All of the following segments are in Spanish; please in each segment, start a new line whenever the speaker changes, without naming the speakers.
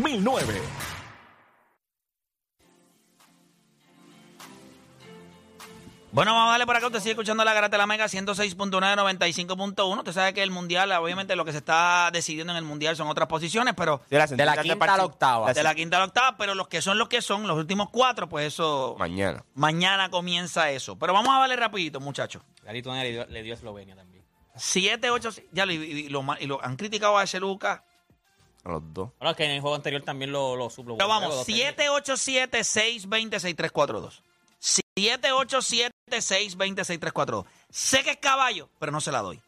2009.
Bueno, vamos a darle por acá. Usted sigue escuchando la Garata de la Mega 106.9, 95.1. Usted sabe que el mundial, obviamente, lo que se está decidiendo en el mundial son otras posiciones, pero
De la,
De la quinta a la octava.
de la quinta a la octava, pero los que son los que son, los últimos cuatro, pues eso.
Mañana.
Mañana comienza eso. Pero vamos a darle rapidito, muchachos.
La Lituania le dio, le dio a Eslovenia también.
7, 8, ya lo, y, y lo, ma- y lo- han criticado a ese Lucas.
A los dos.
Bueno, es que en el juego anterior también lo, lo suplo.
Pero vamos,
siete
787-620-6342. 787-620-6342. Sé que es caballo, pero no se la doy.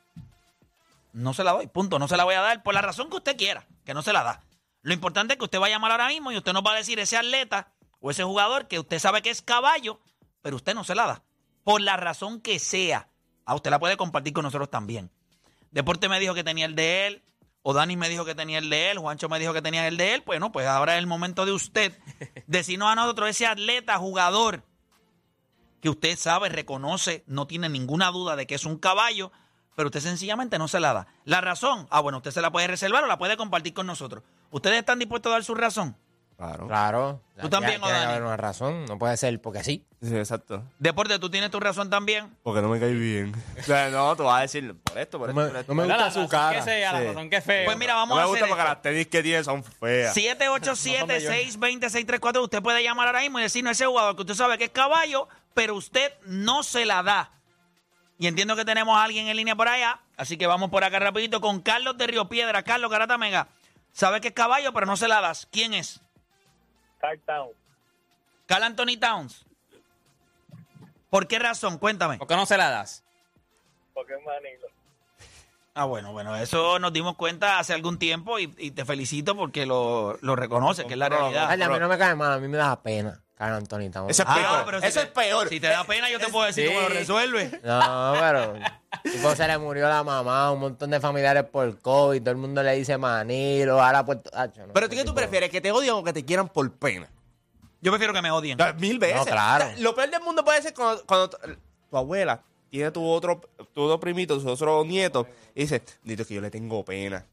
No se la doy, punto. No se la voy a dar por la razón que usted quiera, que no se la da. Lo importante es que usted va a llamar ahora mismo y usted nos va a decir ese atleta o ese jugador que usted sabe que es caballo, pero usted no se la da. Por la razón que sea. A usted la puede compartir con nosotros también. Deporte me dijo que tenía el de él. O Dani me dijo que tenía el de él. Juancho me dijo que tenía el de él. Bueno, pues ahora es el momento de usted decirnos a nosotros ese atleta, jugador, que usted sabe, reconoce, no tiene ninguna duda de que es un caballo, pero usted sencillamente no se la da. La razón, ah, bueno, usted se la puede reservar o la puede compartir con nosotros. ¿Ustedes están dispuestos a dar su razón?
Claro.
Claro.
Tú también,
Tiene que
Odani.
haber una razón. No puede ser porque sí.
Sí, exacto.
Deporte, tú tienes tu razón también.
Porque no me caí bien. O sea, no, tú vas a decir por esto, por
No
esto.
me,
por esto.
no me gusta su cara.
Que sea,
Sí.
la razón que es feo.
Pues mira, vamos
Eh, No
a
me
hacer
gusta porque
esto.
las tenis que tiene son feas.
787-620-634. Usted puede llamar ahora mismo y decirnos ese jugador que usted sabe que es caballo, pero usted no se la da. Y entiendo que tenemos a alguien en línea por allá, así que vamos por acá rapidito con Carlos de Río Piedra. Carlos Garata Mega, sabe que es caballo, pero no se la das. ¿Quién es? Carl Towns. Carl Anthony Towns. ¿Por qué razón? Cuéntame.
¿Por qué no se la das?
Ah, bueno, bueno, eso nos dimos cuenta hace algún tiempo y, y te felicito porque lo, lo reconoces, que es la realidad.
Ay, a mí no me cae mal, a mí me da pena. Cara, Anthony, estamos-
Eso es
Ah,
peor.
pero si
Eso
te-
es peor.
Si te da pena, yo te puedo decir cómo lo resuelve.
No, pero. Tipo, se le murió la mamá, un montón de familiares por COVID, todo el mundo le dice Manilo, ahora Puerto. Ah, yo no,
Pero ¿tú
ese
qué tú
tipo-
prefieres? ¿Que te odien o que te quieran por pena?
Yo prefiero que me odien.
No, Mil veces.
No, claro.
O sea, lo peor del mundo puede ser cuando, cuando tu, tu abuela tiene tu otro, tu otro primito, tu otro nieto, y dice, Dito que yo le tengo pena.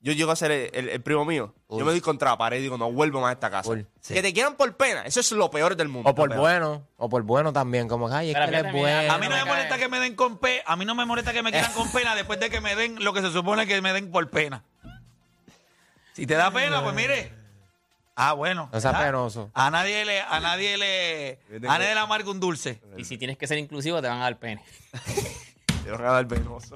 Yo llego a ser el, el- el primo mío.
Uy.
Yo me doy contra la pared y digo, no vuelvo más a esta casa.
Uy,
Que te quieran por pena. Eso es lo peor del mundo.
O por
Lo peor.
bueno, o por bueno también, como que, ay, es
Pero
que él es
fíjate,
bueno.
mira,
A mí no
no
me
me
molesta
cae.
que me den con pena. A mí no me molesta que me quieran con pena después de que me den lo que se supone que me den por pena. Si te da pena, pues mire. Ah, bueno.
No seas
Ah,
penoso.
A nadie le, a nadie le, a nadie le amarga un dulce.
Y si tienes que ser inclusivo, te van a dar pene.
Te van a dar penoso.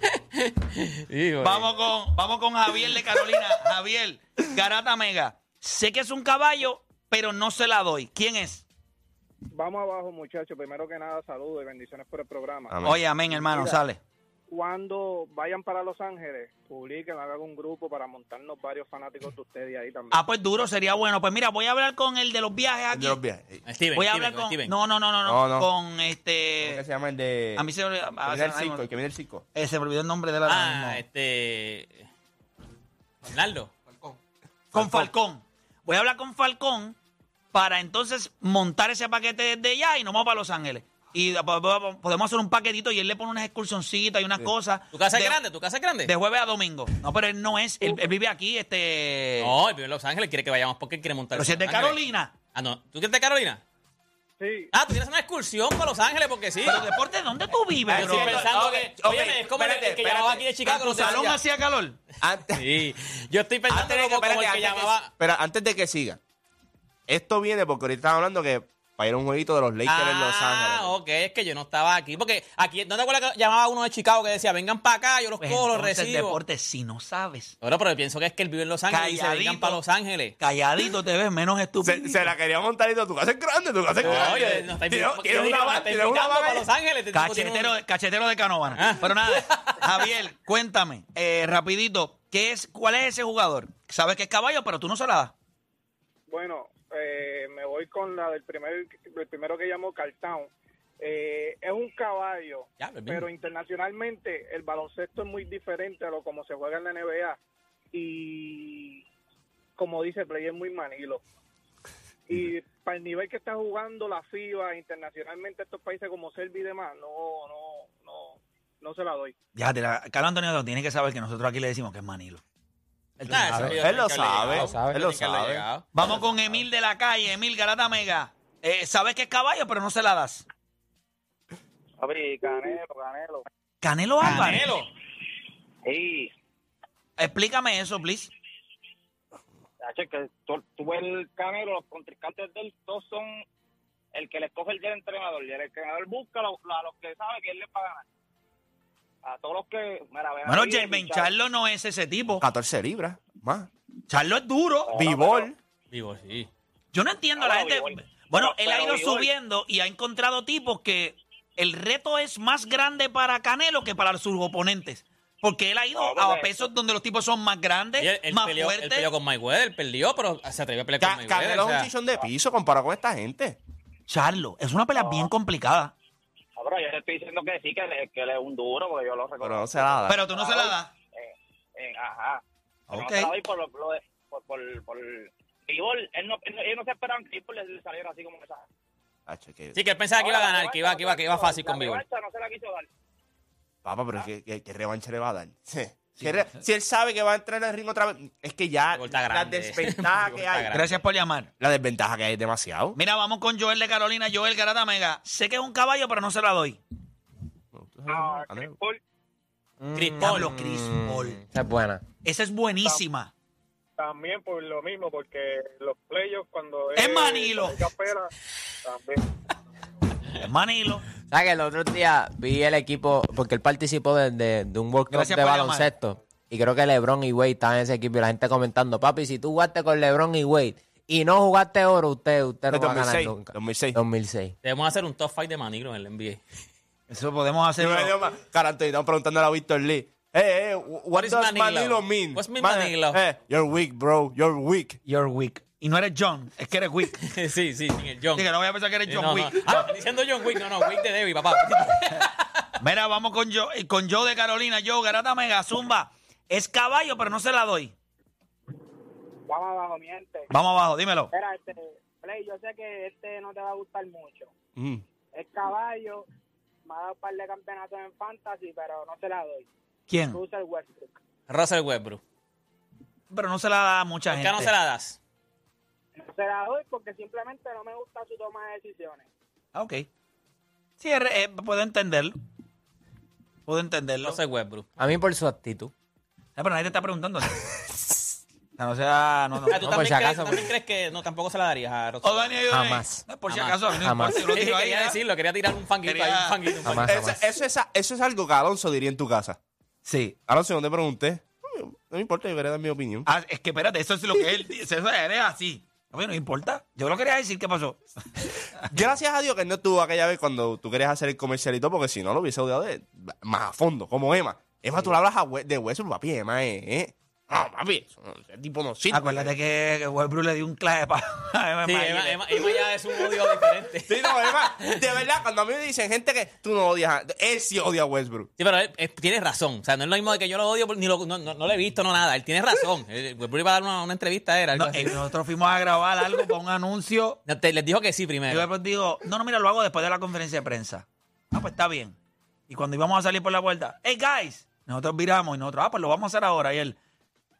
Digo,
Vamos con, vamos con Javier de Carolina. Javier, Garata Mega. Sé que es un caballo, pero no se la doy. ¿Quién es?
Vamos abajo, muchachos. Primero que nada, saludos y bendiciones por el programa.
Amén.
Oye, amén, hermano,
Mira.
sale.
Cuando vayan para Los Ángeles, publiquen, hagan un grupo para montarnos varios fanáticos de ustedes ahí también.
Ah, pues duro, sería bueno. Pues mira, voy a hablar con el de los viajes
El
aquí.
de los viajes.
eh, Steven,
Voy a
Steven,
hablar con.
Steven.
No, no, no, no, no,
No, no.
Con
¿Cómo que
este.
se llama el de...?
A mí se me olvidó.
Que
ah,
viene el
se-
circo, el que viene el circo.
eh, se me olvidó el nombre de la.
Ah, este. Arnaldo.
con Falcón. Voy a hablar con Falcón para entonces montar ese paquete desde ya y nos vamos para Los Ángeles. Y po- po- po- podemos hacer un paquetito y él le pone unas excursioncitas y unas cosas.
¿Tu casa
de,
es grande? ¿Tu casa es grande?
De jueves a domingo. No, pero él no es. Él, él vive aquí, este.
No, el primer Los Ángeles quiere que vayamos porque él quiere montar.
pero
en
si es de
Los Ángeles.
Carolina.
Ah, no. ¿Tú quieres de Carolina?
Sí,
Ah, tú quieres una excursión para Los Ángeles porque sí.
Pero deporte, ¿dónde tú vives,
Yo
bro?
estoy Ah, pensando
Ok,
que.
ok,
Óyeme, es como el- el
espérate,
que llamaba
espérate.
aquí de Chicago.
¿En tu
no te
salón
decía-
hacía calor?
Antes,
Sí. Yo estoy pensando
antes de que,
como, como
Ah, espérate,
el que
antes que-
llamaba.
espera, antes de que siga. Esto viene porque ahorita estaba hablando que para ir a un jueguito de los Lakers en Los Ángeles.
Ah, ok, es que yo no estaba aquí. Porque aquí, ¿no te acuerdas que llamaba uno de Chicago que decía, vengan para acá, yo los
Pues
cojo, los
entonces,
recibo?
deporte, si no sabes.
Bueno, pero pienso que es que él vive en Los Ángeles y se
Calladito.
vengan para Los Ángeles.
Calladito te ves menos estúpido.
Se, se la quería montar y todo. Tu casa es grande, tu casa es grande.
Oye, no está
Tiene-
invitando,
tiene una van, tiene una van
para
ahí.
Los Ángeles. este tipo tiene un- Ah.
Cachetero, cachetero de Canóvana. Pero nada, Javier, cuéntame, eh, rapidito, ¿qué es, ¿cuál es ese jugador? Sabes que es caballo, pero tú no se la das.
bueno, eh, me voy con la del primer, del primero que llamó Cartown. Eh, es un caballo,
Ya, lo mismo.
pero internacionalmente el baloncesto es muy diferente a lo como se juega en la NBA. Y como dice Play, es muy manilo. Y para el nivel que está jugando la FIBA internacionalmente, estos países como Serbia y demás, no, no, no, no se la doy.
Déjate, la- Carlos Antonio Toro tiene que saber que nosotros aquí le decimos que es Manilo.
Él
Nah, eso
sabe.
yo
Él lo
tengo que haberle
sabe,
llegado,
él sabe.
yo
lo
tengo que haberle
sabe.
llegado.
Vamos con Emil de la calle, Emil Garata Mega. Eh, sabes que es caballo, pero no se la das.
Abrí, Canelo, Canelo.
Canelo Álvarez.
Canelo.
Sí,
Explícame eso, please.
Hacho, que tú, tú ves el Canelo, los contrincantes de él, todos son el que le escoge el del entrenador. Y el entrenador busca lo- lo- a los que sabe que él le paga A todos los que... Mira, ven
Bueno,
aquí,
Jermaine
Richard.
Charlo no es ese tipo.
14 libras más.
Charlo es duro.
Bibol.
Vivo, sí.
Yo no entiendo a la
Ahora,
gente.
Bigol.
Bueno,
Ahora,
él ha
pero
ido
Bigol.
subiendo y ha encontrado tipos que el reto es más grande para Canelo que para sus oponentes. Porque él ha ido
No, porque-
a pesos donde los tipos son más grandes,
Y él, él
más
peleó, él
fuertes.
peleó con Mayweather, perdió, pero se atrevió a pelear
Ca-
con Mayweather.
Canelo
o
es un
sea,
chichón de piso comparado con esta gente.
Charlo, es una pelea bien complicada.
No, pero yo le estoy diciendo que sí, que, le- que él es un duro, porque yo lo
Pero
reconozco.
no se la da.
Pero tú no se la das.
Eh, ajá. Pero
Ok.
No se la doy por, lo- lo de- por, por, por... Bigol, él no, él no- ellos no se esperaban que "Ah, Bigol le saliera así como esa.
Hacho, que-
Sí, que él pensaba que iba a
Ahora, la
ganar, que iba,
revancha
que iba,
no
que iba
se la
fácil
quiso
con
dar, la
Bigol.
revancha no se la quiso dar.
Papá, pero ¿qué, qué, qué revancha le va a dar? Si, él, si él sabe que va a entrar al ring otra vez, es que ya
Gol está
la
grande.
desventaja que
Gol está
hay.
grande.
Gracias por llamar.
La desventaja que hay es demasiado.
Mira, vamos con Joel de Carolina, Joel Garata Mega. Sé que es un caballo, pero no se la doy.
Ah,
Canelo.
Chris
Chris Paul
Paul.
Mm,
Pablo Chris Paul.
Esa es buena.
Esa es buenísima.
también por lo mismo, porque los playoffs cuando
Es Manilo.
la Liga Pela, también.
Manilo.
¿Sabes que el otro día vi el equipo, porque él participó de, de- de un World Cup
Gracias
de
por llamar.
baloncesto? Y creo que LeBron y Wade estaban en ese equipo y la gente comentando, papi, si tú jugaste con LeBron y Wade y no jugaste oro, usted, usted
De
no va a ganar
2006,
nunca.
2006.
2006.
Debemos hacer un top fight de Manilo en el NBA.
Eso podemos
Sí,
hacerlo.
me dio más. Cara, Antonio, estamos preguntándole a Víctor Lee. Eh, eh, what
What is
does Manilo,
Manilo?
mean?
What's mean
Man-
Manilo?
Eh, you're weak, bro. You're weak.
You're weak. Y no eres John, es que eres weak. Así
sí, sí, sin el John.
que no voy a pensar que eres
Sí,
John
no, no.
Wick.
Ah, diciendo John Wick, no, no, Wick de Debbie, papá.
Mira, vamos con yo, eh, con yo de Carolina. Yo, Garata Mega, Zumba. Es caballo, pero no se la doy.
Vamos abajo, mi gente.
Vamos abajo, dímelo.
Mira, este, Play, yo sé que este no te va a gustar mucho.
Mm.
El caballo me ha dado un par de campeonatos en Fantasy, pero no se la doy.
¿Quién?
Russell Westbrook.
Russell Westbrook.
Pero no se la da a mucha
¿Por qué
gente.
no se la das?
No se la doy porque simplemente no me gusta su toma de decisiones.
Ah, ok. Sí, es re- eh, puedo entenderlo. Puedo entenderlo.
Russell Westbrook.
A mí por su actitud.
Ah, pero nadie te está preguntando. ¿no? no sea... No, no.
Ah, ¿tú
No,
también,
por
crees,
si acaso, pues.
también crees que no, tampoco se la darías a Russell
O Dani Ayude.
Jamás.
eh. No, por si
Jamás.
acaso, no
Jamás.
importa, yo Oh, lo tiro ahí,
quería
¿verdad?
decirlo, quería tirar un fanguito
Quería-
ahí, un fanguito. un
Jamás.
fanguito.
Eso, eso es, a- eso es algo que Alonso diría en tu casa.
Sí.
Alonso, yo no te pregunté. No me importa, yo quería dar mi opinión.
Ah, es que espérate, eso es lo que él dice. Eso es así. Bueno, no importa. Yo lo quería decir, ¿qué pasó?
Gracias a Dios que él no estuvo aquella vez cuando tú querías hacer el comercialito, porque si no lo hubiese odiado de- más a fondo, como Emma. Emma, tú le hablas a Hue- de hueso, papi, Emma, eh. eh. No, papi, eso no- ese tipo no sirve.
Acuérdate que, que Westbrook le dio un clave para...
Sí, Emma, Emma- Emma ya es un odio diferente. Sí,
Sí, no, Emma, de verdad, cuando a mí me dicen gente que tú no odias, a- él sí odia a Westbrook.
pero él, él tiene razón. O sea, no es lo mismo de que yo lo odio, por- ni lo, no, no, no lo he visto, no nada. Él tiene razón. Él- Westbrook iba a dar una, una entrevista, era algo
No,
así.
eh, nosotros fuimos a grabar algo para un anuncio.
No, te- les dijo que sí
Y
primero.
después digo, no, no, mira, lo hago después de la conferencia de prensa. Ah, pues está bien. Y cuando íbamos a salir por la puerta, hey, guys, nosotros viramos y nosotros, ah, pues lo vamos a hacer ahora. Y él,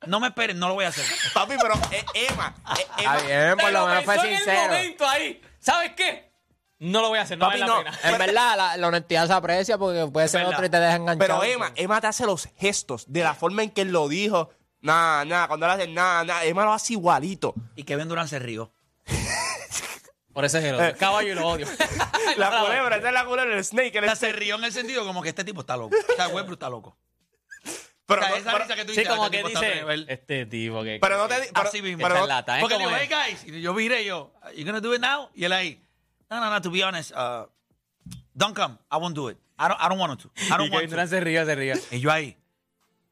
no me esperen, no lo voy a hacer.
Papi, pero eh, Emma, eh, Emma,
Está bien, por
Te
lo
lo
menos fue
pensó en el
sincero.
momento ahí. ¿Sabes qué? No lo voy a hacer, no
Papi,
vale la
no.
pena.
En verdad, la, la honestidad se aprecia porque puede ser
verdad.
otro y te deja enganchado.
Pero Emma, Emma te hace los gestos de la forma en que él lo dijo. Nada, nada, cuando él hace nada, nada, Emma lo hace igualito.
Y Kevin Durant se rió.
Por eso es el odio. Caballo y lo odio.
Eh. La culebra, esa es la culebra, el snake.
O
él
sea,
es-
se rió en el sentido como que este tipo está loco. O sea, Westbrook está loco.
pero,
o sea,
no-
esa
pero-
risa que tú
Sí,
dices,
como
este
que
tipo está
dice.
otro nivel.
Este tipo que.
pero no te... Pero,
Así mismo.
pero
Está
no-
en lata, ¿eh?
Porque le
¿Cómo
digo, hey
es?
guys, y yo miré yo, you gonna do it now? Y él ahí, no, no, no, to be honest, uh, don't come, I won't do it. I don't, I don't want to. I
Y
don't
Kevin
want
Durant
to.
se ríe, se ríe.
Y yo ahí,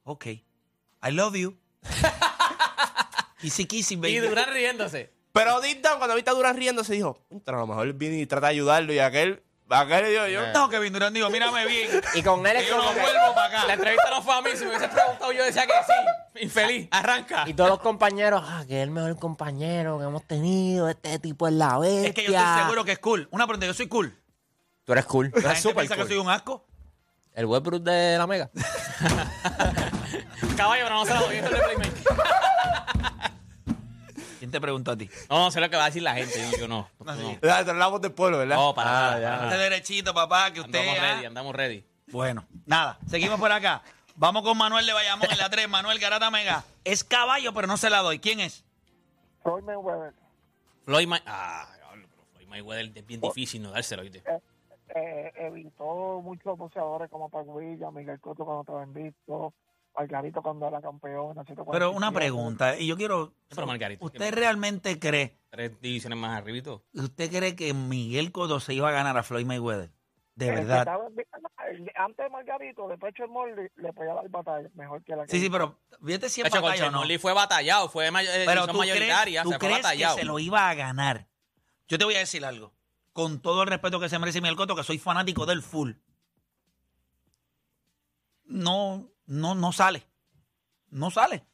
ok, I love you. kissy kissy, baby.
Y Durán riéndose.
Pero deep down, cuando viste a Durán riendo, se dijo, "Contra, a lo mejor él viene y trata de ayudarlo. Y aquel, aquel le digo yo,
No, Kevin Durant digo, mírame bien,
Y con él es
yo no
como que-
vuelvo para
La
acá.
entrevista no fue a mí. Si me hubiese preguntado, yo decía que sí. Infeliz. Arranca.
Y todos los compañeros, ah, que es el mejor compañero que hemos tenido, este tipo es la bestia.
Es que yo estoy seguro que es cool. Una pregunta, yo soy cool.
Tú eres cool. Tú
La
eres
gente
súper
piensa que
cool.
soy un asco.
El Westbrook de la Mega.
Caballo, pero no se la doy. Esto es de Playmaker.
¿Quién te preguntó a ti?
No, no sé lo que va a decir la gente. Yo, yo no. No, no,
La, la voz del pueblo, ¿verdad?
para
Ah,
nada,
ya.
para
Este
nada.
derechito, papá, que usted.
Andamos
ah.
ready, andamos ready.
Bueno, nada, seguimos por acá. Vamos con Manuel de Bayamón en la 3. Manuel Garata Mega. Es caballo, pero no se la doy. ¿ Quién es?
Floyd Mayweather,
Floyd May... Ah, diablo, pero Floyd Mayweather es bien difícil no dárselo, ¿viste?
eh, evitó muchos boxeadores como Pac Villa, Miguel Cotto cuando estaba invicto, Margarito cuando era campeón.
Pero una pregunta, y yo quiero.
Pero Margarito,
¿Usted realmente cree,
Tres divisiones más arribito.
usted cree que Miguel Cotto se iba a ganar a Floyd Mayweather? De verdad.
antes de Margarito, después de Morley, le podía dar batalla mejor que la que
Sí, sí, pero fíjate si es
Cacho, con
batalla o no.
Chernobyl fue batallado, fue may
Pero
edición
tú crees,
mayoritaria,
tú
o sea, fue
crees que
batallado.
se lo iba a ganar. Yo te voy a decir algo. Con todo el respeto que se merece Miguel Cotto, que soy fanático del full. No, no, no sale. No sale.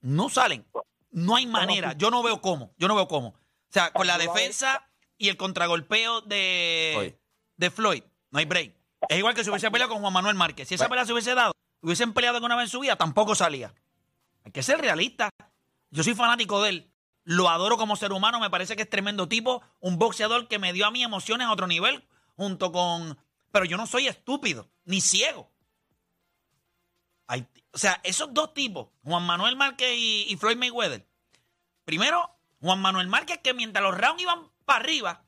No salen. No hay manera. Yo no veo cómo. Yo no veo cómo. O sea, con la defensa y el contragolpeo
Floyd.
de, de Floyd, no hay break. Es igual que si hubiese peleado con Juan Manuel Márquez. Si esa pelea se hubiese dado, hubiesen peleado alguna vez en su vida, tampoco salía. Hay que ser realista. Yo soy fanático de él. Lo adoro como ser humano, me parece que es tremendo tipo, un boxeador que me dio a mí emociones a otro nivel, junto con... Pero yo no soy estúpido, ni ciego. Hay- o sea, esos dos tipos, Juan Manuel Márquez y, y Floyd Mayweather. Primero, Juan Manuel Márquez, que mientras los rounds iban para arriba,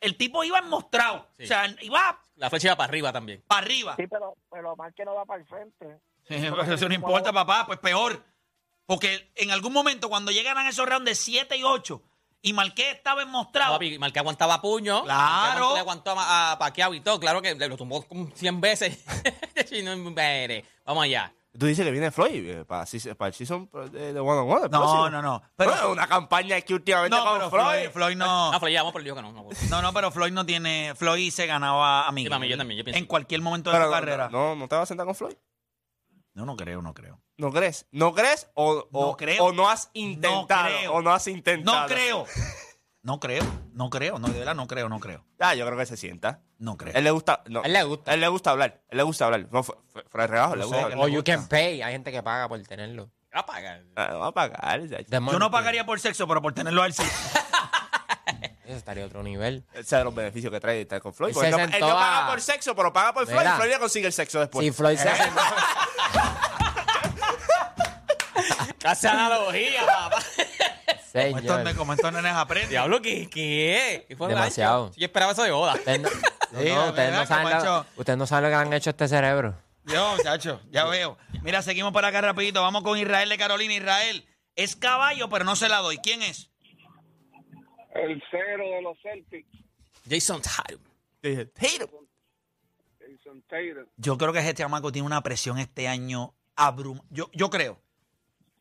el tipo iba enmostrado.
Sí.
O sea, iba
La flecha iba para arriba también.
para arriba.
Sí, pero, pero más que no va para el frente.
pero eso no importa, papá, pues peor. Porque en algún momento, cuando llegaran esos rounds de 7 y 8, y Marqués estaba enmostrado,
Papi, Marqués aguantaba puño.
Claro.
Marqués Le aguantó a, a Pacquiao y todo. Claro que le lo tumbó como 100 veces. Y no, mire, Vamos allá.
Tú dices que viene Floyd eh, para, season- para el season de de One on One. el
No,
próximo.
no, no, pero-
Bueno, una campaña aquí últimamente
no,
con
pero
Floyd.
Floyd, Floyd no.
Ah, Floyd, ya vamos por el lío que no. no, pues.
No, no, pero Floyd no tiene. Floyd se ganaba a mí.
Sí, mami, yo también, yo pienso
en
que-
cualquier momento de
Pero
su carrera.
No, no te vas a sentar con Floyd.
no, no creo, no creo.
¿No crees? ¿No crees? ¿O o-
No creo.
o no has intentado?
creo.
¿O no has intentado?
No creo. No creo, no creo, no, de verdad no creo, no creo,
Ah, yo creo que se sienta.
no creo.
Él le gusta. No.
A él le gusta.
Él le gusta hablar. Él le gusta hablar. No, fue- fue- fuera de rebajo, le
Yo sé
gusta
que
O
hablar.
le
you
gusta.
can pay. Hay gente que paga por tenerlo.
Va a pagar.
Ah, no va a pagar. ya.
Yo no pagaría por sexo, pero por tenerlo al sí.
Eso estaría a otro nivel.
Él sabe los beneficios que trae estar con Floyd.
Y
Porque
se
él, no, él
sentó
no paga
a-
por sexo, pero paga por Floyd.
Mira.
Y Floyd le consigue el sexo
Pues,
después.
Si Floyd se hace-
Casi analogía, papá.
Como estos,
Señor.
ne- como estos nenes aprenden.
Diablo, ¿qué? ¿Qué? ¿Qué fue
Demasiado.
Yo esperaba eso de boda.
Ustedes no, no,
Sí,
no,
la
ustedes,
verdad,
no saben
Camacho.
lo, ustedes no saben lo que le han hecho a este cerebro.
Yo, muchacho, ya veo. Mira, seguimos por acá rapidito. Vamos con Israel de Carolina. Israel es caballo, pero no se la doy. ¿Quién es?
El cero de los Celtics,
Jason Tatum.
Yo dije, "Tatum".
Jason Tatum.
Yo creo que este chamaco tiene una presión este año abrum. Yo, yo creo.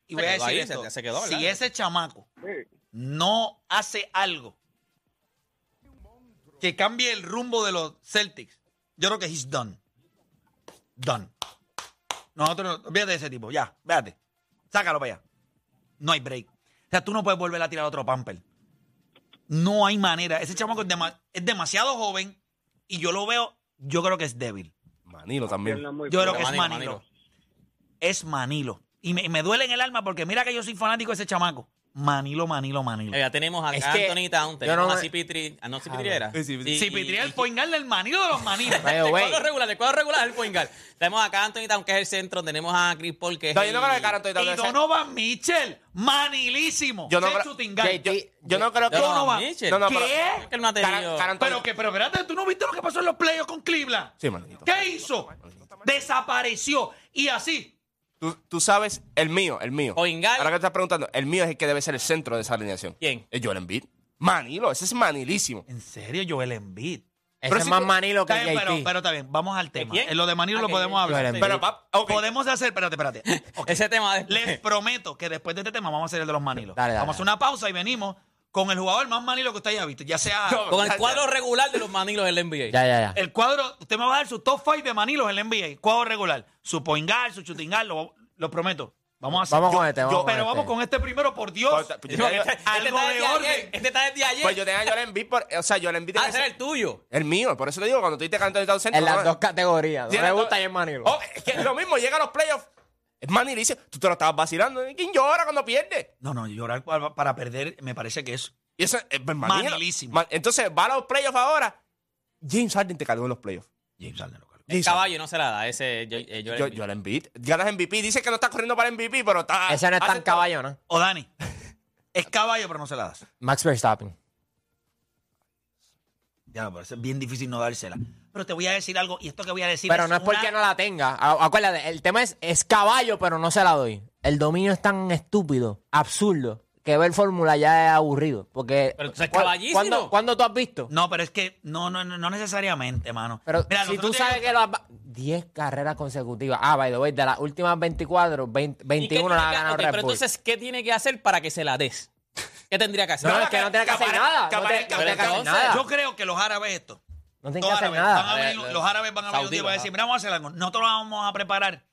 Y
Se
voy a
quedó
decir
ahí,
esto.
se- se quedó, ¿verdad?
si ese chamaco
Sí.
no hace algo que cambie el rumbo de los Celtics, yo creo que he's done. Done. Nosotros, no- olvídate de ese tipo, ya, véate. Sácalo para allá. No hay break. O sea, tú no puedes volver a tirar otro pamper. No hay manera. Ese chamaco es, dema- es demasiado joven y yo lo veo, yo creo que es débil.
Manilo también.
Pierna muy
Yo creo
floja.
que es
Manilo,
Manilo.
Manilo.
Es Manilo. Y me, y me duele en el alma porque mira que yo soy fanático de ese chamaco. Manilo, Manilo, Manilo.
Eh, ya tenemos a
Es que
Anthony Town, tenemos
no
a
me-
Cipitri. Ah, no, Cipitri era.
Sí, Cipitri.
Y-
Si
y-
Pitriel el point guard del Manilo de los Manilos.
By the
El
way,
cuadro regular, el cuadro regular es el point guard. Tenemos acá a Anthony Town, que es el centro. Tenemos a Chris Paul, que es
No,
el...
yo no creo que Cara Anthony Tatum
y
sea-
Donovan Mitchell, manilísimo.
Yo no
Ese
creo-
shooting guard.
JT.
Yo, yo no creo que.
Donovan
no va.
Mitchell.
No, no,
¿Qué?
pero-
Es que él no ha tenido...
Cara- Cara Anthony-
Pero que, pero espérate, ¿tú no viste lo que pasó en los playoffs con Cleveland?
Sí, manito.
¿Qué hizo? Desapareció. Y así.
Tú, tú sabes, el mío, el mío.
Poingal.
Ahora que estás preguntando, el mío es el que debe ser el centro de esa alineación.
¿Quién?
Es Joel Embiid. Manilo, ese es manilísimo.
En serio, Joel Embiid.
ese
Pero
es
si
más
tú-
manilo que
Está bien,
JT.
pero, pero está bien, vamos al tema.
quién?
En lo de Manilo
Ah,
lo
que-
podemos hablar.
Joel Embiid.
Pero, pap, ok.
Podemos hacer, espérate, espérate. Ok.
Ese tema después.
Les prometo que después de este tema vamos a hacer el de los manilos.
Dale, dale,
vamos a hacer una pausa y venimos con el jugador más manilo que usted haya visto. Ya sea
No.
Con el cuadro regular de los manilos del NBA.
Ya, ya, ya.
el cuadro, usted me va a dar su top 5 de manilos en la NBA, cuadro regular. Su point guard, su shooting guard, lo, lo prometo. Vamos a hacer.
Vamos
Yo-
con este, vamos
yo-
con
pero
este.
vamos con este primero, por Dios.
Pues, pues, yo
Porque
tenía-
Este, este
Algo
está
de
desde ayer,
orden.
Este está desde ayer.
pues yo tenía a Joel Embiid por. O sea, Joel Embiid
ah,
debe
ese era
ser
el tuyo.
el mío. Por eso te digo, cuando tú dices Cara Anthony Town centro.
En las
no-
dos categorías.
Sí,
No
en las
me
dos-
gusta y es manilo.
Oh, es que es lo mismo, llega a los playoffs. Es manilísimo. Tú te lo estabas vacilando. ¿Quién llora cuando pierde?
No, no, llorar pa- para perder me parece que es
Y eso es es
Manilísimo.
Man- entonces, va a los playoffs ahora. James Harden te cargó en los playoffs.
James Harden. lo cargó.
El caballo no se la da, ese yo, eh, yo-
Yo, yo la MVP. Ganas MVP. Dice que no está corriendo para MVP, pero está.
Ese
ah,
no es tan
hace-
caballo, ¿no?
O Dani. Es caballo, pero no se la das.
Max Verstappen.
Ya me parece bien difícil no dársela. Pero te voy a decir algo, y esto que voy a decir
Pero no es porque
una-
no la tenga. A- Acuérdate, el tema es, es caballo, pero no se la doy. El dominio es tan estúpido, absurdo, que ver fórmula ya es aburrido. Porque.
Pero tú eres
¿cu-
caballísimo.
¿cuándo, cuándo tú has visto?
No, pero es que no, no, no no necesariamente, mano.
Pero
Mira,
si tú
nosotros
sabes
tenemos-
que lo has... 10 carreras consecutivas. Ah, by the way, de las últimas 24, 20
¿Y qué
21
tiene
las ha
que-
ganado
ok,
Red
Pero
Bull.
entonces, ¿qué tiene que hacer para que se la des? ¿Qué tendría que hacer?
No, es que no tiene que hacer
Capare-
nada.
Capare-
No te- no tiene que hacer
Entonces,
nada.
Yo creo que los árabes esto.
No tiene
Los
que hacer
árabes, van a
nada. Eh,
venir- los árabes van a venir un día y van a
Saudí,
decir, mira, vamos a hacer algo. Nosotros vamos a preparar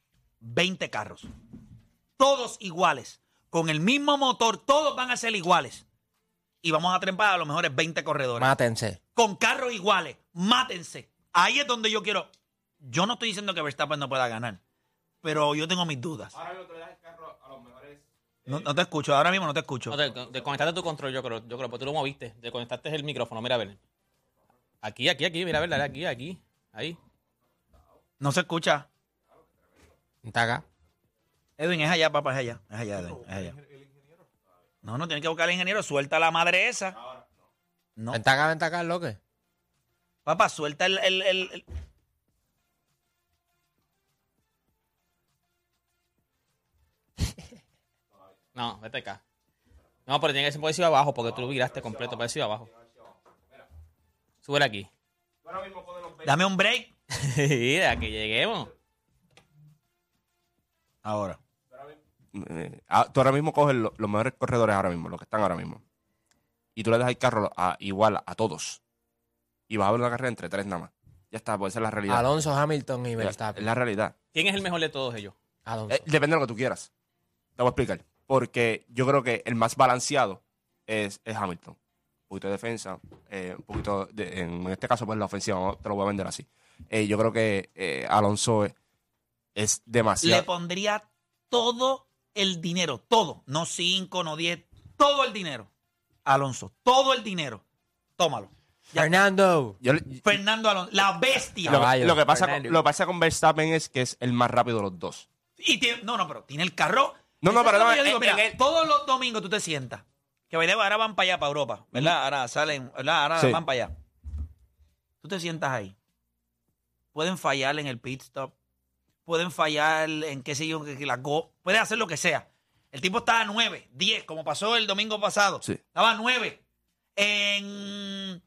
20 carros. Todos iguales. Con el mismo motor, todos van a ser iguales. Y vamos a trepar a los mejores 20 corredores.
Mátense.
con carros iguales, mátense. Ahí es donde yo quiero. Yo no estoy diciendo que Verstappen no pueda ganar, pero yo tengo mis dudas.
Ahora mismo tú le das el carro a los mejores. eh,
No, no te escucho, ahora mismo no te escucho.
No, te- desconectaste tu control, yo creo, yo creo, porque tú lo moviste. Desconectaste el micrófono, mira a ver. Aquí, aquí, aquí, mira a ver, dale aquí, aquí, ahí.
No se escucha.
Está acá.
Edwin, es allá, papá, es allá. Es allá, Edwin, es allá. No, no, tienes que buscar al ingeniero. Suelta la madre esa. No,
Vente acá, vente acá, Loque.
papá, suelta el... el- el- el-
No, vete acá. No, pero tiene que ser por hacia abajo, porque tú lo viraste completo, por hacia abajo. Súbele aquí.
Dame un break.
Mira, que lleguemos.
Ahora.
Eh, ah, tú ahora mismo coges lo- los mejores corredores ahora mismo, los que están ahora mismo. Y tú le das el carro a- igual a todos. Y vas a ver una carrera entre tres nada más. Ya está, puede ser la realidad.
Alonso, Hamilton y
Ya, es
Eh,
Verstappen.
la realidad.
¿Quién es el mejor de todos ellos?
Alonso.
Eh, depende de lo que tú quieras. Te voy a explicar. Porque yo creo que el más balanceado es, es Hamilton. Un poquito de defensa, eh, un poquito de- en este caso, pues la ofensiva, ¿no? te lo voy a vender así. Eh, yo creo que eh, Alonso es, es
Le
demasiado.
pondría todo el dinero, todo. No cinco, no diez, todo el dinero. Alonso, todo el dinero. Tómalo. Ya.
Fernando.
Yo le-
Fernando Alonso, la bestia.
lo,
Caballo,
lo que pasa con,
Fernando.
lo que pasa con Verstappen es que es el más rápido de los dos.
Y tiene- no, no, pero tiene el carro.
No, no,
Eso es
pero
lo
no,
que yo digo,
en-
mira,
en el-
todos los domingos tú te sientas. Que by the way, ahora van para allá, para Europa, ¿verdad? Ahora salen, ¿verdad? Ahora
Sí.
van para allá. Tú te sientas ahí. Pueden fallar en el pit stop. Pueden fallar en qué sé yo, que que la go. Pueden hacer lo que sea. El tipo estaba a 9, 10, como pasó el domingo pasado.
Sí.
Estaba a 9. En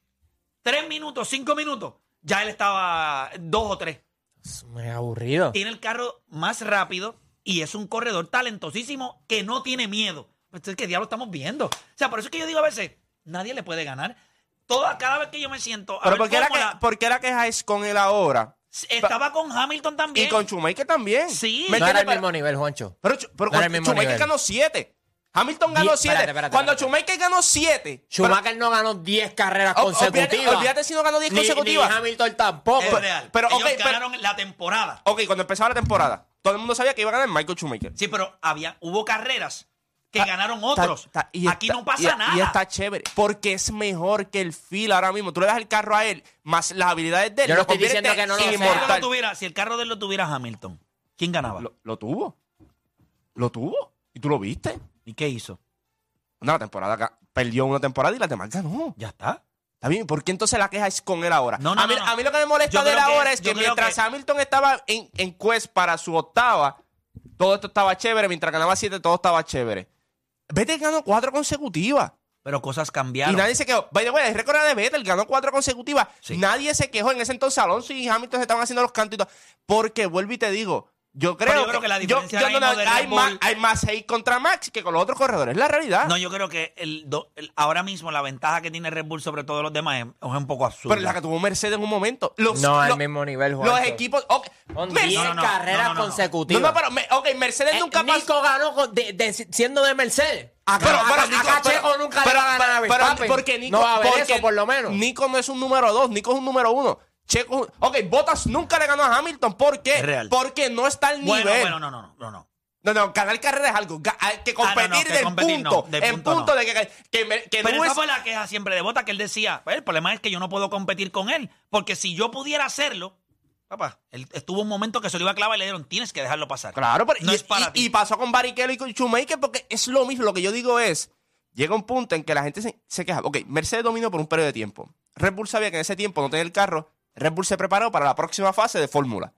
3 minutos, 5 minutos, ya él estaba 2 o 3
Es muy aburrido.
tiene el carro más rápido y es un corredor talentosísimo que no tiene miedo. Entonces, ¿qué diablo estamos viendo? O sea, por eso es que yo digo a veces, nadie le puede ganar. Toda, cada vez que yo me siento... a
Pero
ver
¿por qué, la que,
fórmula,
por qué la queja es con él ahora?
Estaba con Hamilton también.
Y con Schumacher también.
Sí.
¿Me
No
entiendes?
era el
Pero-
mismo nivel, Juancho.
Pero, Chu- pero
No era
cuando
el mismo
Schumacher
nivel.
ganó 7. Hamilton ganó
Di-
7.
espérate, espérate,
Cuando
espérate.
Schumacher ganó 7.
Schumacher no ganó 10 carreras
Olvídate,
consecutivas.
olvídate si no ganó 10
Ni-
consecutivas. Eh,
Ni Hamilton tampoco.
Es real.
pero,
Ellos
ok, pero-
ganaron la temporada.
ok, cuando empezaba la temporada, todo el mundo sabía que iba a ganar Michael Schumacher.
Sí, pero había, hubo carreras que ganaron
Está-
otros.
está- y
Aquí
está-
no pasa
y-
nada.
Y está chévere. Porque es mejor que el Phil ahora mismo. Tú le das el carro a él, más las habilidades de él.
Yo no
lo
estoy diciendo
convierte
que no lo
si,
en
el
sea.
carro lo
inmortal.
tuviera, si el carro de él lo tuviera Hamilton, ¿quién ganaba?
Lo, lo tuvo. Lo tuvo. Y tú lo viste.
¿Y qué hizo?
Una temporada ga- perdió una temporada y la demás ganó.
Ya está.
Está bien, ¿por qué entonces la queja es con él ahora?
No, no,
a, mí,
no, no.
a mí lo que me molesta
Yo
de él
creo que-
ahora es
yo
que
creo
mientras
que-
Hamilton estaba en, en Quest para su octava, todo esto estaba chévere. Mientras ganaba siete, todo estaba chévere. Vettel ganó cuatro consecutivas.
Pero cosas cambiaron.
Y nadie se quejó. By the way, el récord era de Vettel, ganó cuatro consecutivas.
Sí.
Nadie se quejó. En ese entonces Alonso y Hamilton se estaban haciendo los cantos y todo. Porque, vuelvo y te digo, yo creo,
yo creo que la diferencia ahora mismo de
hay,
Red
más,
Bull-
hay más hate contra Max que con los otros corredores. Es la realidad.
No, yo creo que el, do- el- ahora mismo la ventaja que tiene Red Bull sobre todos los demás es, es un poco absurda.
Pero la que tuvo Mercedes en un momento. Los,
No al
los-
mismo nivel, Juancho.
Los equipos. ok,
Son
Mercedes-
No,
10
no, no,
carreras
no, no, no.
No,
consecutivas.
no, pero me- ok, Mercedes
Eh,
nunca pasó.
Nico ganó con- de- de- siendo de Mercedes.
Ah, pero,
Acá-
pero,
acá
Nico, pero-
Checo nunca le
pero-
va a ganar a
pero- pero
Verstappen.
porque Nico,
no va a haber
porque
eso, por lo menos.
Nico no es un número dos, Nico es un número uno. Checo, ok, Bottas nunca le ganó a Hamilton. ¿Por qué?
Es real.
Porque no está al
bueno,
nivel.
bueno, no, no, no, no, no.
No, no, ganar carrera es algo. Ga- hay que competir
Ah, no, no, que
del
competir no,
punto.
del
el
punto
punto,
no.
de que, que, me- que
Pero
no
esa
es-
fue la queja siempre de Bota que él decía, "Pues, el problema es que yo no puedo competir con él, porque si yo pudiera hacerlo, papá, él estuvo un momento que se lo iba a clavar y le dijeron, tienes que dejarlo pasar.
Claro, pero
No
y,
es para
y-
ti.
y pasó con Barrichello y con Shoemaker porque es lo mismo. Lo que yo digo es, llega un punto en que la gente se, se queja. Ok, Mercedes dominó por un periodo de tiempo. Red Bull sabía que en ese tiempo no tenía el carro. Red Bull se preparó para la próxima fase de Fórmula.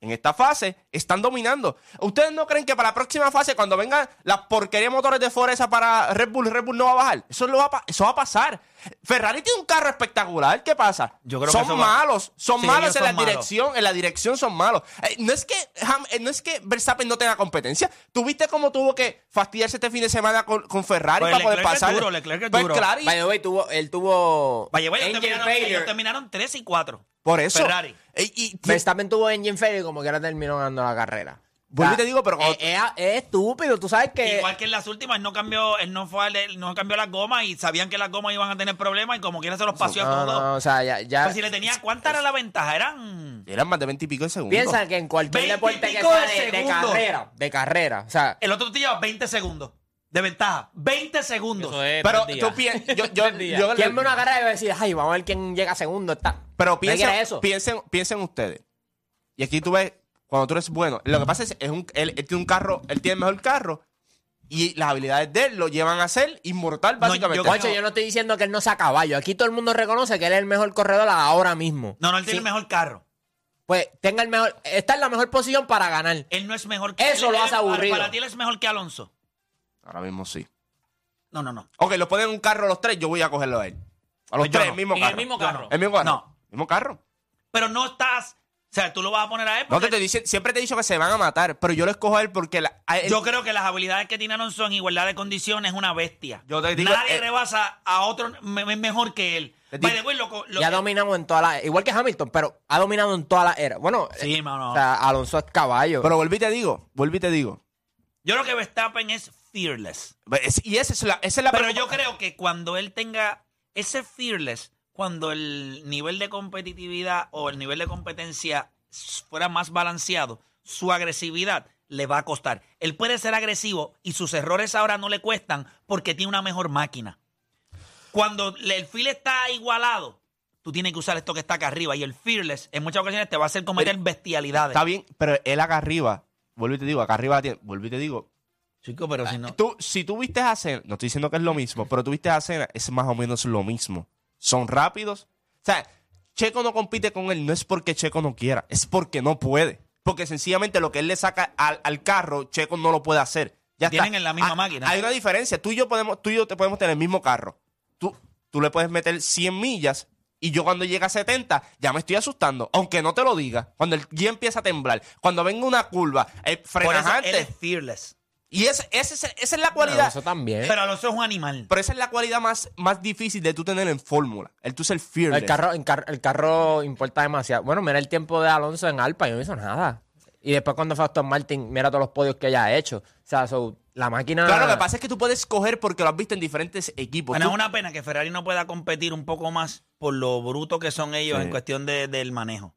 En esta fase están dominando. ¿Ustedes no creen que para la próxima fase, cuando vengan las porquerías de motores de Forza para Red Bull, Red Bull no va a bajar? Eso, lo va, a pa- eso va a pasar. Ferrari tiene un carro espectacular. ¿Qué pasa?
Yo creo que
son
eso va-
malos. Son
Sí,
malos
ellos
en
son
la
malos.
dirección dirección, en la dirección son malos. Eh, no, es que, Ham- eh, no es que Verstappen no tenga competencia. Tuviste cómo tuvo que fastidiarse este fin de semana con, con Ferrari
Pues
para poder
Leclerc es
pasar.
duro, Leclerc es
Pues
duro.
claro, y
By the way, tuvo, él tuvo.
Vaya, vaya, ellos
engine
terminaron, ellos
failure.
terminaron 3 y 4.
por eso.
Ferrari.
Eh, y-
Verstappen tuvo engine failure y como quiera terminó ganando la carrera.
Vuelvo y
O sea,
te digo, pero cuando-
Es, es- es estúpido, tú sabes
Eh.
que.
Igual que en las últimas, él no cambió, él no fue al- él no cambió las gomas y sabían que las gomas iban a tener problemas y como quiera se los paseó a
no,
Ah,
todos.
no, o sea, ya. ya-
Pues si le tenía, ¿cuánta era la ventaja? Eran
eran más de 20 y pico de segundos.
Piensa que en cualquier deporte que
Veintipico
sea
de
de, de
segundos.
carrera, de carrera, o sea,
el otro te lleva 20 segundos de ventaja, 20 segundos.
Eso es
pero
tres días.
tú piensas. Yo, yo,
Tres días.
yo-
¿quién ve una carrera y va a decir, ay, vamos a ver quién llega segundo? Está.
Pero
piensa
piensen,
eso?
piensen, piensen ustedes. Y aquí tú ves, cuando tú eres bueno, lo que pasa es es un, él, él tiene un carro, él tiene el mejor carro. Y las habilidades de él lo llevan a ser inmortal, básicamente.
yo-
Ocho, yo no estoy diciendo que él no sea caballo. Aquí todo el mundo reconoce que él es el mejor corredor ahora mismo.
No, no, él tiene
Sí.
el mejor carro.
Pues tenga el mejor, está en la mejor posición para ganar.
Él no es mejor que
Eso
él-
lo
él-
hace
para-
aburrido.
Para ti él es mejor que Alonso.
Ahora mismo sí.
No, no, no.
Ok, lo ponen en un carro los tres, yo voy a cogerlo a él. A los
Pues yo
tres,
no.
el mismo
En el
carro.
mismo carro.
El mismo carro.
No.
Mismo carro.
Pero no estás. O sea, tú lo vas a poner a él.
No
porque
te, te dice- siempre te he dicho que se van a matar, pero yo lo escojo a él porque la- a él-
Yo creo que las habilidades que tiene Alonso en igualdad de condiciones es una bestia.
Yo te digo,
Nadie
eh,
rebasa a otro me- me- mejor que él.
Te
By
digo-
the way, lo- lo-
Ya ha dominado en todas las. Igual que Hamilton, pero ha dominado en todas las eras. Bueno,
Sí,
eh,
mano.
o sea, Alonso es caballo.
Pero volví y te digo, volví y te digo.
yo creo que Verstappen es fearless.
Es- y esa es la, esa es la
Pero
preocupa-
yo creo que cuando él tenga ese fearless, cuando el nivel de competitividad o el nivel de competencia s- fuera más balanceado, su agresividad le va a costar. Él puede ser agresivo y sus errores ahora no le cuestan porque tiene una mejor máquina. Cuando le- el feel está igualado, tú tienes que usar esto que está acá arriba y el fearless en muchas ocasiones te va a hacer cometer bestialidades.
Está bien, pero él acá arriba, vuelvo y te digo, acá arriba la tiene. Vuelvo y te digo.
Chico, pero si no...
Tú, si tú viste a Cena, no estoy diciendo que es lo mismo, pero tú viste a Cena, es más o menos lo mismo. Son rápidos. O sea, Checo no compite con él, no es porque Checo no quiera, es porque no puede. Porque sencillamente lo que él le saca al, al carro, Checo no lo puede hacer. Ya está.
Tienen en la misma
Ah,
máquina.
Hay una diferencia. Tú y yo podemos, tú y yo te podemos tener el mismo carro. Tú, tú le puedes meter 100 millas y yo cuando llega a 70 ya me estoy asustando, aunque no te lo diga. Cuando el guía empieza a temblar, cuando venga una curva, eh,
Por eso
frenajante.
él es fearless.
Y ese- ese es- esa es la
Bueno,
cualidad.
Alonso también.
Pero Alonso es un animal.
Pero esa es la cualidad más, más difícil de tú tener en fórmula. El tú ser fearless.
el, carro, el, carro, el carro importa demasiado. Bueno, mira el tiempo de Alonso en Alpa y no hizo nada. Y después cuando fue a Aston Martin, mira todos los podios que haya hecho. O sea, so, la máquina.
Claro, lo que pasa es que tú puedes escoger porque lo has visto en diferentes equipos.
Bueno,
Pues Tú- Ah,
es una pena que Ferrari no pueda competir un poco más por lo bruto que son ellos
Sí.
en cuestión de- del manejo.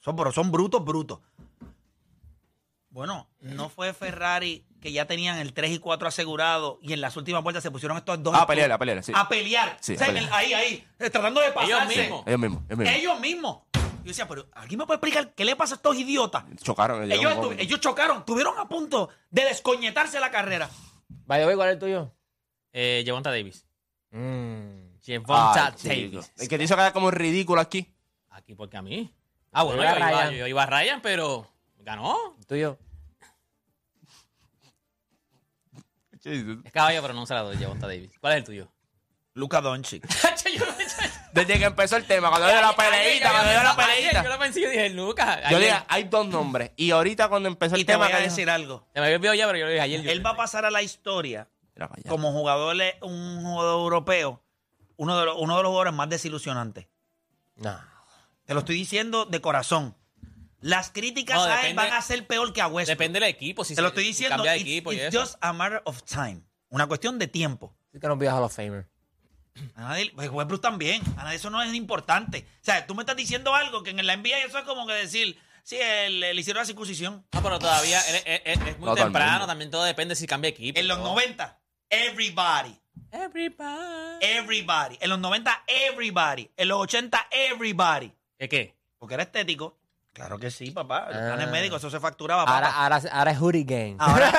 Son, pero son brutos, brutos. Bueno, no fue Ferrari que ya tenían el 3 y 4 asegurado y en las últimas vueltas se pusieron estos dos.
Ah, a pelear, a pelear, sí.
A pelear.
Sí,
O sea,
a
en el-
pelear.
ahí, ahí, eh, tratando de pasar.
Ellos mismos.
Ellos mismos, ellos mismos.
Ellos mismos. Yo decía, pero ¿alguien me puede explicar qué le pasa a estos idiotas?
Chocaron.
Ellos,
llegaron-
estu- ellos chocaron, estuvieron a punto de descoñetarse la carrera.
Vaya, ¿cuál es el tuyo?
Eh, Javonta Davis.
Mm.
Javonta
Ay, chico.
Davis.
El que te hizo quedar como ridículo aquí.
Aquí porque a mí. Ah, bueno,
Yo iba
yo
a
iba,
Ryan.
yo iba a Ryan, pero ganó.
¿El tuyo?
Es caballo, pero no se la doy, Javonta Davis. ¿Cuál es el tuyo?
Luca Doncic.
yo,
Desde que empezó el tema, cuando dio la peleita, cuando dio la
Yo
peleita.
lo pensé y dije, Lucas.
Yo
ayer.
le dije, hay dos nombres. Y ahorita cuando empezó
Y
el
te
tema...
voy a
que-
decir algo.
Se me había olvidado ya, pero yo le dije ayer. yo-
Él va a pasar a la historia
Mira para allá.
como jugador, le- un jugador europeo, uno de, los, uno de los jugadores más desilusionantes.
No.
Te lo estoy diciendo de corazón. Las críticas
No,
a él
depende-
van a ser peor que a Westbrook.
Depende del equipo. Si
Te lo
se-
estoy
si
diciendo.
Cambia de
it's-
equipo y
it's
eso.
just a matter of time. Una cuestión de tiempo.
Sí que no pidas Hall of Famer.
A nadie, pues Westbrook también. A nadie eso no es importante. O sea, tú me estás diciendo algo que en la NBA eso es como que decir, Sí, le, le hicieron la circuncisión.
No, Ah, pero todavía es, es- es- es muy
No, todo el
temprano.
mundo.
También todo depende si cambia equipo.
En los
¿no?
90, everybody. Eh,
Everybody.
Everybody. En los 90, everybody. En los 80, everybody.
¿Qué qué?
Porque era estético. Claro que sí, papá. Los
Ah.
planes médicos, eso se facturaba, Ah, papá.
ah.
Ah,
Ahora, ahora, ahora es Hoodie Gang.
Ahora.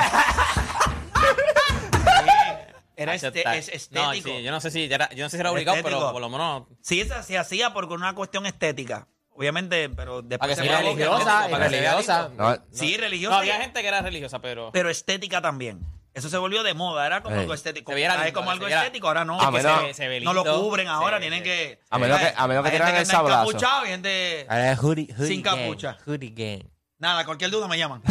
era
Hace
este-
tal-
es estético.
No, sí, yo no sé si ya era, yo no sé si era obligado,
Estético.
pero por lo menos
Sí, esa se hacía por una cuestión estética. Obviamente, pero después
que
se
sea
acabó que-
religiosa,
y
para que se vea
religiosa.
lindo.
No,
Sí, religiosa.
No, había
y-
gente que era religiosa, pero.
Pero estética también. Eso se volvió de moda, era como
Ey.
algo estético.
Se viera
Ah, es
lindo,
como
se
algo
viera-
estético, ahora no.
A
porque
menos-
se ve
no lo
lindo.
cubren
Se
ahora,
ve-
tienen
se-
que.
A menos que- a menos que
Hay
tiran
gente
el
está
sablazo.
encapuchada y gente-
Ahora es Hoodie, hoodie
Sin
Gang.
capucha.
Hoodie Gang.
Nada, cualquier duda me llaman.